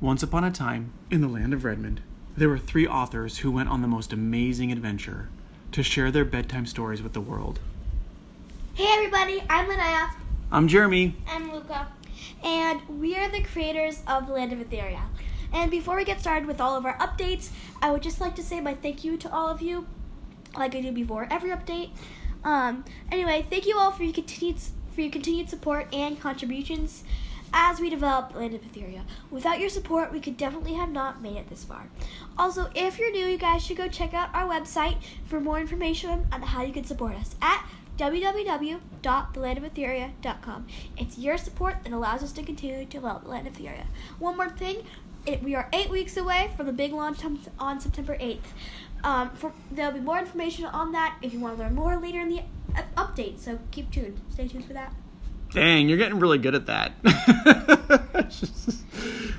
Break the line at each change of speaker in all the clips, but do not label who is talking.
Once upon a time, in the land of Redmond, there were three authors who went on the most amazing adventure to share their bedtime stories with the world.
Hey everybody, I'm Linnea.
I'm Jeremy.
I'm Luca.
And we are the creators of Land of Etheria. And before we get started with all of our updates, I would just like to say my thank you to all of you, like I do before every update. Um, anyway, thank you all for your continued for your continued support and contributions as we develop Land of Etheria. Without your support, we could definitely have not made it this far. Also, if you're new, you guys should go check out our website for more information on how you can support us at www.thelandofitheria.com. It's your support that allows us to continue to develop Land of Etheria. One more thing, it, we are eight weeks away from the big launch on, on September 8th. Um, for, there'll be more information on that if you want to learn more later in the uh, update, so keep tuned. Stay tuned for that.
Dang, you're getting really good at that. it's, just-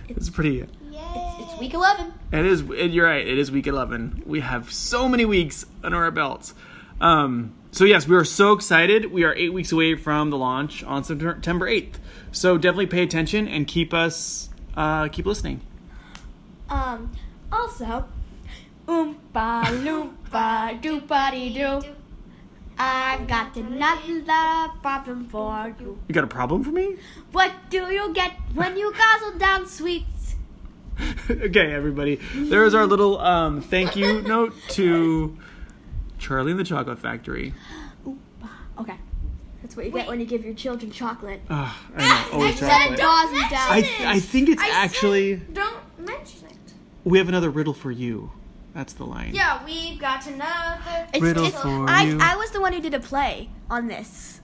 it's pretty.
Yay.
It's week 11.
It is. It, you're right. It is week 11. We have so many weeks under our belts. Um, so yes, we are so excited. We are eight weeks away from the launch on September 8th. So definitely pay attention and keep us uh, keep listening.
Um, also, oompa loompa doopa dee doo. I've got another problem for you.
You got a problem for me?
What do you get when you guzzle down sweets?
okay, everybody. There is our little um, thank you note to Charlie and the Chocolate Factory.
Okay, that's what you get when you give your children chocolate.
Ugh, Ah, I know. Always
Ah, said
chocolate.
don't-
Gauze you down.
I, I think it's
I said-
actually.
Don't mention it.
We have another riddle for you. That's the line.
Yeah, we've got another.
It's-
Riddle
it's-
for
I,
you.
I was the one who did a play on this.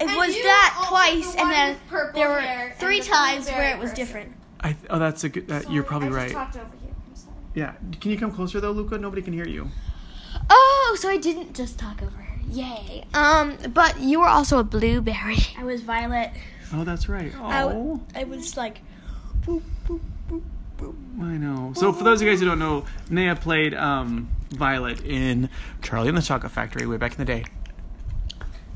It
And
was
you
that
also
twice,
the
and
one
then
with purple
there
hair
were
and
three
the
times
blueberry
where it was
person.
different.
I, oh, that's a good. That, you're probably
I
right.
just talked over you. I'm sorry.
Yeah. Can you come closer though, Luca? Nobody can hear you.
Oh, so I didn't just talk over her.
Yay. Um, but you were also a blueberry.
I was Violet.
Oh, that's right.
I,
Oh,
w- I was like,
I know. So for those of you guys who don't know, Naya played um, Violet in Charlie and the Chocolate Factory way back in the day.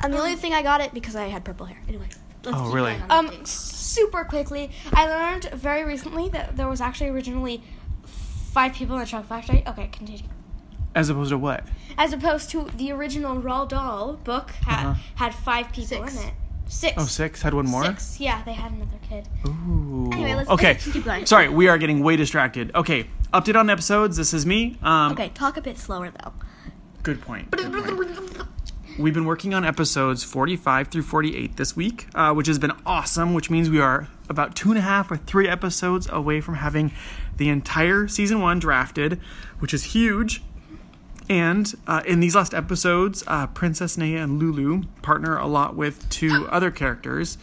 and the only thing I got it because I had purple hair. Anyway, let's
Oh,
keep
really?
going on.
Um, super quickly, I learned very recently that there was actually originally five people in the truck factory. Okay, continue.
As opposed to what?
As opposed to the original Roald Dahl book had
Uh-huh.
had five people
Six.
in it. Six.
Oh, six. Had one more.
Six. Yeah, they had another kid.
Ooh.
Anyway, let's-
okay.
let's keep going.
Sorry, we are getting way distracted. Okay, update on episodes. This is me. Um,
Okay, talk a bit slower though.
Good point. good point. We've been working on episodes 45 through 48 this week, uh, which has been awesome, which means we are about two and a half or three episodes away from having the entire season one drafted, which is huge. And uh, in these last episodes, uh, Princess Naya and Lulu partner a lot with two other characters,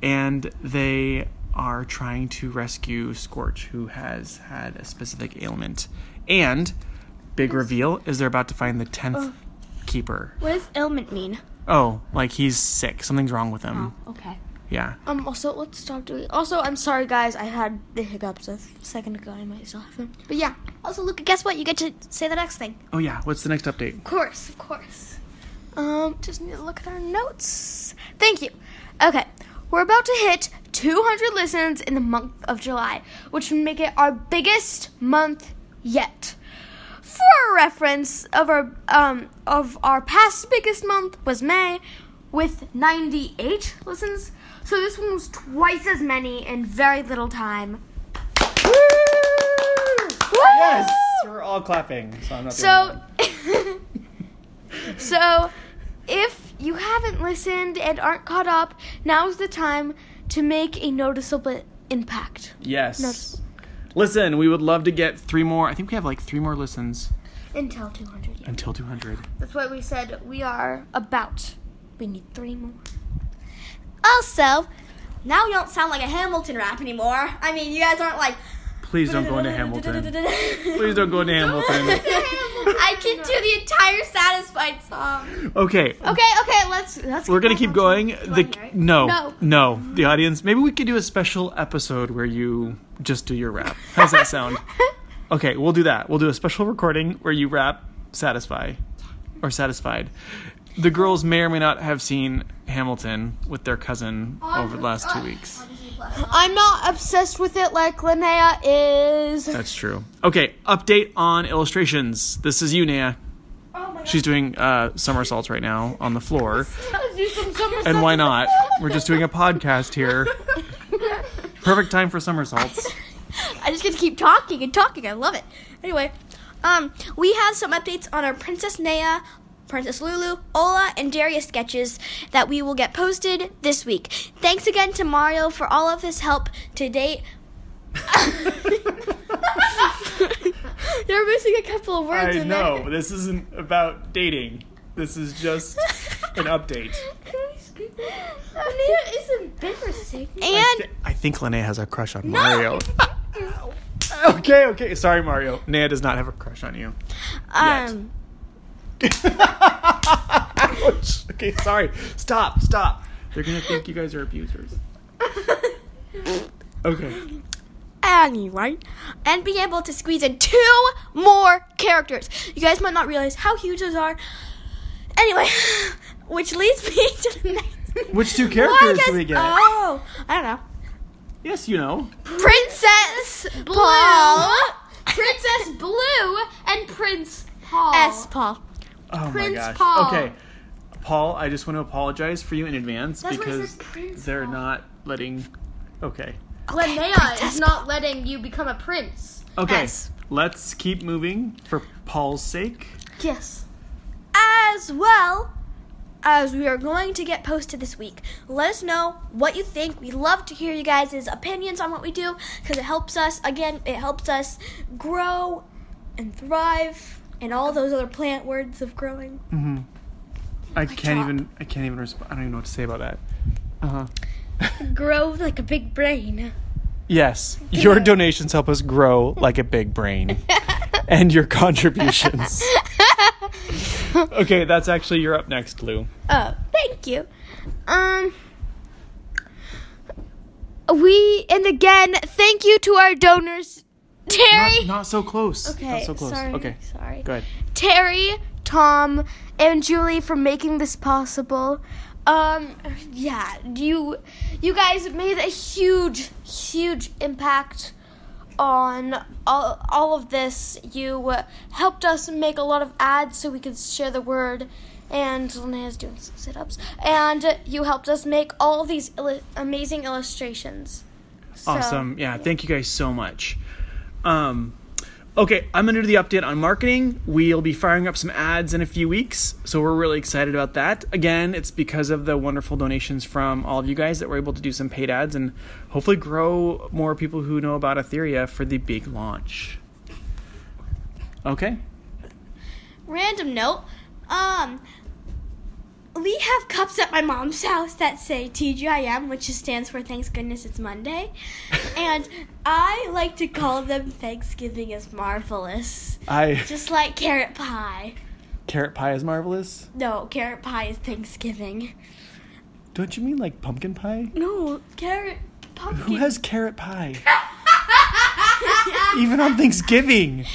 and they are trying to rescue Scorch, who has had a specific ailment. And big reveal is they're about to find the tenth
Oh.
keeper.
What does ailment mean?
Oh, like he's sick. Something's wrong with him.
Oh, Okay.
Yeah.
Um. Also, let's stop doing. Also, I'm sorry, guys. I had the hiccups a second ago. I might still have them. But yeah.
Also, Luca, guess what? You get to say the next thing.
Oh yeah. What's the next update?
Of course, of course. Um, just need to look at our notes. Thank you. Okay, we're about to hit 200 listens in the month of July, which would make it our biggest month yet. For reference, of our um of our past biggest month was May, with 98 listens. So this one was twice as many in very little time. Woo!
We're all clapping. So I'm not.
So, so if you haven't listened and aren't caught up, now's the time to make a noticeable impact.
yes. Listen, we would love to get three more. I think we have like three more listens
Until 200. Yeah.
until 200.
That's what we said we are about. We need three more.
Also, now you don't sound like a Hamilton rap anymore. I mean, you guys aren't like.
Please don't go into Hamilton. Please don't go into Hamilton.
I can do the entire satisfied song.
Okay.
Okay, okay, let's let's.
We're gonna
on
keep
to-
going. The
right?
no,
No.
no, the audience. Maybe we could do a special episode where you just do your rap. How's that sound? Okay, we'll do that. We'll do a special recording where you rap Satisfy or Satisfied. The girls may or may not have seen Hamilton with their cousin over the last two weeks.
I'm not obsessed with it like Linnea is.
That's true. Okay, update on illustrations. This is you, Naya.
Oh my
She's doing uh, somersaults right now on the floor.
Do some somersaults.
And why not? We're just doing a podcast here. Perfect time for somersaults.
I just get to keep talking and talking. I love it. Anyway, um, we have some updates on our Princess Naya, Princess Lulu, Ola, and Darius sketches that we will get posted this week. Thanks again to Mario for all of his help to date. You're missing a couple of words
I
in
know. This isn't about dating. This is just an update.
Naya is embarrassing.
I,
And
thi- I think Linnea has a crush on Mario. okay, okay. Sorry, Mario. Nea does not have a crush on you.
Um,
Ouch. Okay, sorry. Stop, stop. They're gonna think you guys are abusers. Okay.
anyway, and be able to squeeze in two more characters. You guys might not realize how huge those are. Anyway, which leads me to the next.
Which two
Why,
characters do
guys-
we get?
Oh, I don't know.
Yes, you know.
Princess
Paul.
Blue, Princess Blue, and Prince Paul.
S. Paul.
Oh my
Prince
gosh.
Paul.
Okay. Paul, I just want to apologize for you in advance
That's why I said
because
Prince
they're
Paul.
not letting Okay.
Linnea is not letting you become a prince.
Okay.
S.
Let's keep moving for Paul's sake.
Yes.
as well as we are going to get posted this week. Let us know what you think. We love to hear you guys' opinions on what we do because it helps us, again, it helps us grow and thrive and all those other plant words of growing.
I can't
God.
even I can't even respond. I don't even know what to say about that. Uh-huh.
Grow like a big brain.
Yes, your donations help us grow like a big brain. and your contributions. okay, that's actually you're up next, Lou.
Oh, thank you.
Um. We and again, thank you to our donors, Terry,
Not, not so close.
Okay,
Not so close.
sorry.
Okay.
Sorry.
Go ahead.
Terry, Tom, and Julie for making this possible. Um, yeah, you you guys made a huge, huge impact on all, all of this. You uh, helped us make a lot of ads so we could share the word. And Linnea's doing some sit-ups. And you helped us make all these illu- amazing illustrations. So-
Awesome. Yeah, thank you guys so much. Um, okay, I'm going to do the update on marketing. We'll be firing up some ads in a few weeks, so we're really excited about that. Again, it's because of the wonderful donations from all of you guys that we're able to do some paid ads and hopefully grow more people who know about Etheria for the big launch. Okay.
Random note. Um, we have cups at my mom's house that say TGIM, which just stands for Thanks Goodness It's Monday. and I like to call them Thanksgiving is Marvelous.
I
Just like carrot pie.
carrot pie is marvelous.
No, carrot pie is Thanksgiving.
Don't you mean like pumpkin pie?
No, carrot
Who
pumpkin.
has carrot pie? Even on Thanksgiving.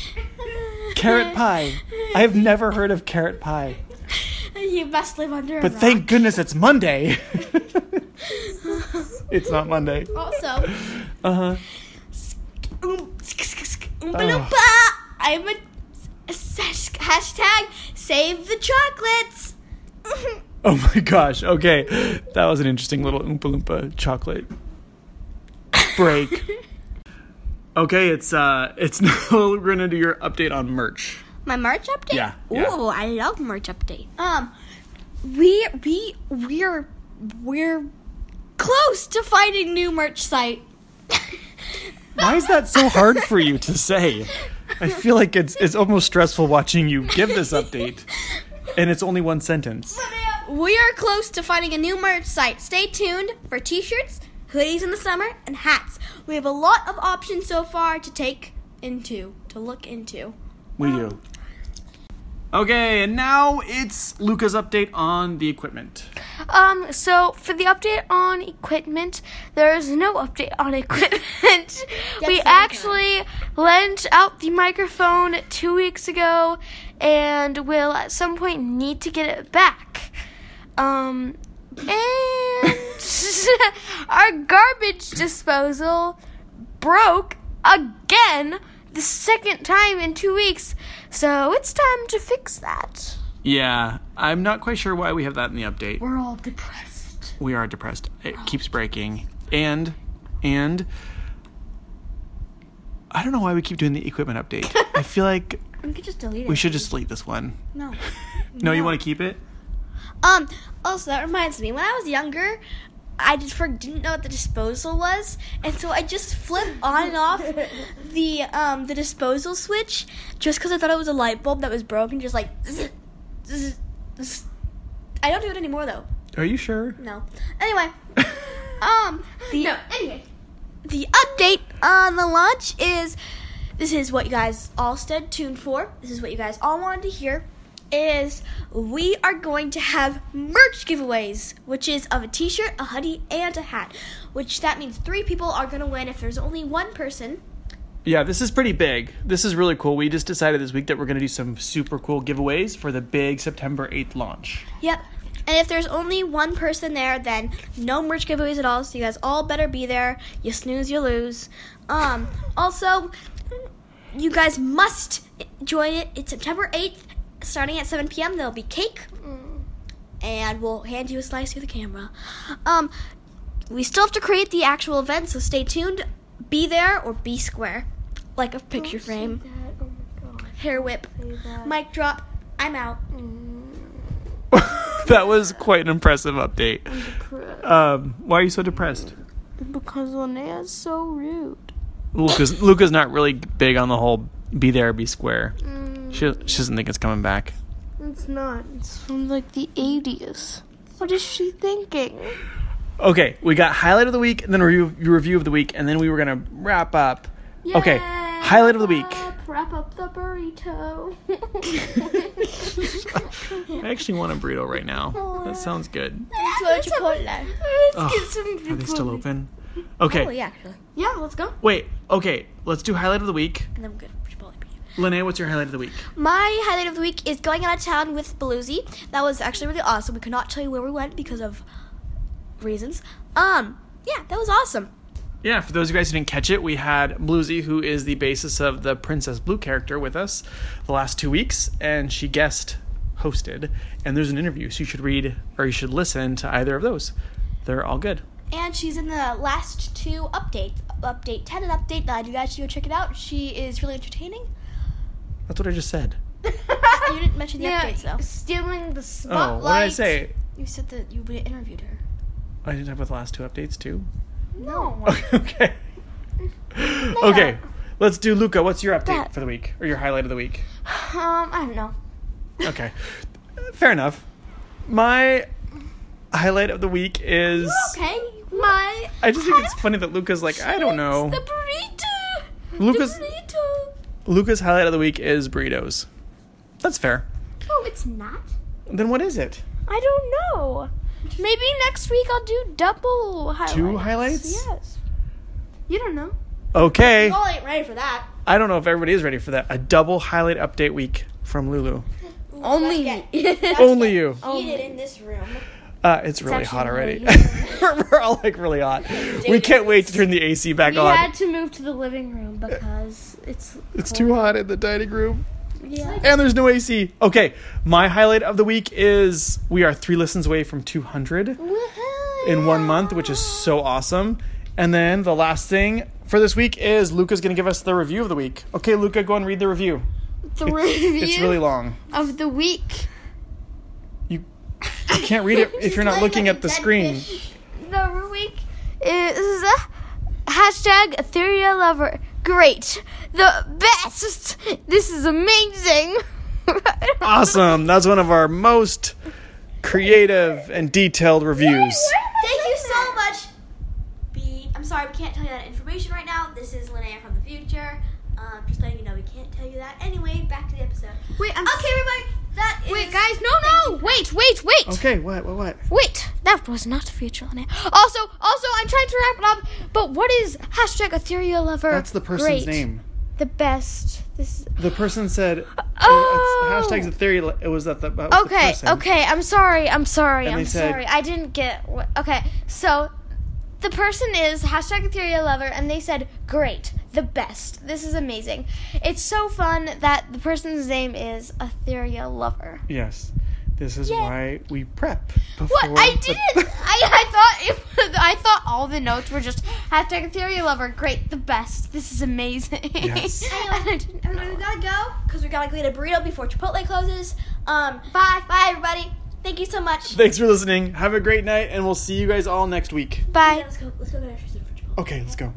Carrot pie. I have never heard of carrot pie.
you must live under a
But
rock.
thank goodness it's Monday. it's not Monday.
Also,
Uh huh.
oom, sk- sk- sk-
Ah.
oompa loompa. I'm a, a sash- hashtag save the chocolates.
Oh my gosh. Okay. That was an interesting little Oompa Loompa chocolate break. okay, it's uh it's now we're gonna do your update on merch.
My merch update?
Yeah,
Ooh,
yeah.
I love merch update. Um we we we're we're close to finding new merch site.
Why is that so hard for you to say? I feel like it's it's almost stressful watching you give this update. And it's only one sentence.
We are close to finding a new merch site. Stay tuned for t-shirts, hoodies in the summer, and hats. We have a lot of options so far to take into, to look into.
We do. Okay, and now it's Luca's update on the equipment.
Um, so for the update on equipment, there is no update on equipment. we
okay.
actually lent out the microphone two weeks ago and will at some point need to get it back. Um, and our garbage disposal broke again the second time in two weeks, so it's time to fix that.
Yeah, I'm not quite sure why we have that in the update.
We're all depressed.
We are depressed. It
Oh,
keeps breaking. And, and, I don't know why we keep doing the equipment update. I feel like
We could just delete it.
we should just delete this one.
No.
No, you want to keep it?
Um. Also, that reminds me. When I was younger, I just for, didn't know what the disposal was, and so I just flipped on and off the um the disposal switch just because I thought it was a light bulb that was broken. Just like. zzz, zzz, zzz. I don't do it anymore though.
Are you sure?
No. Anyway, um, the
No, anyway.
the update on the launch is this is what you guys all stayed tuned for. This is what you guys all wanted to hear. Is we are going to have merch giveaways, which is of a t-shirt, a hoodie, and a hat. Which that means three people are gonna win if there's only one person.
Yeah, this is pretty big. This is really cool. We just decided this week that we're going to do some super cool giveaways for the big September 8th launch.
Yep. And if there's only one person there, then no merch giveaways at all. So you guys all better be there. You snooze, you lose. Um, also, you guys must join it. It's September 8th, starting at 7 p.m. There'll be cake, and we'll hand you a slice through the camera. Um, we still have to create the actual event, so stay tuned. Be there or be square, like a picture frame. Hair whip, mic drop. I'm out.
that was quite an impressive update. Um, why are you so depressed?
Because Linnea's so rude.
Luca's Luca's not really big on the whole be there be square. She she doesn't think it's coming back.
Mm. It's not. It's from like the 80s. What is she thinking?
Okay, we got highlight of the week, and then review review of the week, and then we were gonna wrap up. Okay, highlight of the week.
Wrap up the burrito.
I actually want a burrito right now. That sounds good.
Let's
Ugh,
get some
Are they still open? Okay.
Oh yeah, actually.
Yeah, let's go.
Wait. Okay. Let's do highlight of the week.
And then we're good for Chipotle.
Linnea, what's your highlight of the week?
My highlight of the week is going out of town with Beluzi. That was actually really awesome. We could not tell you where we went because of reasons. Um, yeah, that was awesome.
Yeah, for those of you guys who didn't catch it, we had Bluesy, who is the basis of the Princess Blue character, with us the last two weeks, and she guest hosted. And there's an interview, so you should read or you should listen to either of those. They're all good.
And she's in the last two updates, update 10 and update 9. You guys should go check it out. She is really entertaining.
That's what I just said.
You didn't mention the
Yeah,
updates though.
stealing the
Oh,
spotlight.
what did I say?
You said that you interviewed her.
I didn't have with the last two updates too.
No.
okay. okay. Let's do Luca. What's your update
That-
for the week or your highlight of the week?
Um, I don't know.
Okay. Fair enough. My highlight of the week is
Okay, my.
I just think it's funny that Luca's like, I don't know.
The burrito.
Luca's
The burrito.
Luca's highlight of the week is burritos. That's fair.
No, it's not.
Then what is it?
I don't know. Maybe next week I'll do double highlights.
Two highlights?
Yes. You don't know.
Okay.
Y'all ain't ready for that.
I don't know if everybody is ready for that. A double highlight update week from Lulu.
Only
Let's get
Only you.
heated in this room.
Uh, it's really hot already.
actually
We're all like really hot. We can't wait to turn the AC back
We
on.
had to move to the living room because it's
It's too hot in the dining room.
yeah.
And there's no AC. Okay, my highlight of the week is we are three listens away from 200 in one month, which is so awesome. And then the last thing for this week is Luca's going to give us the review of the week. Okay, Luca, go and read the review.
the
It's,
review
it's really long.
of the week.
You can't read it if you're not looking at the screen.
The week is uh, hashtag Etheria lover. Great, the best. This is amazing.
Awesome. That's one of our most creative and detailed reviews.
Thank you so much. Be I'm sorry we can't tell you that information right now. This is Linnea from the future. Um, just letting you know we can't tell you that. Anyway, back to the episode.
Wait, I'm
Okay, everybody, that is
Wait, guys, no, no, wait, wait, wait,
Okay, what, what, what?
wait. That was not the future on it. Also, also, I'm trying to wrap it up. But what is hashtag Etheria lover?
That's the person's
Great.
name.
The best. This. Is...
The person said,
Oh.
Hashtags a theory. It was that the that was the
Okay,
person.
okay, I'm sorry, I'm sorry,
And they
I'm
said-
sorry. I didn't get what. Okay, so the person is hashtag Etheria Lover, and they said, "Great, the best. This is amazing. It's so fun that the person's name is Etheria Lover."
Yes. This is
Yay.
why we prep. Before
What I
the-
didn't. I, I thought it. Was, I thought all the notes were just hashtag Etheria Lover. Great, the best. This is amazing.
Yes.
And I didn't
And we
know.
gotta go because we gotta go eat a burrito before Chipotle closes. Um,
Bye.
bye everybody. Thank you so much.
Thanks for listening. Have a great night, and we'll see you guys all next week.
Bye.
Yeah, let's go. Let's go get our food for Chipotle.
Okay, let's go.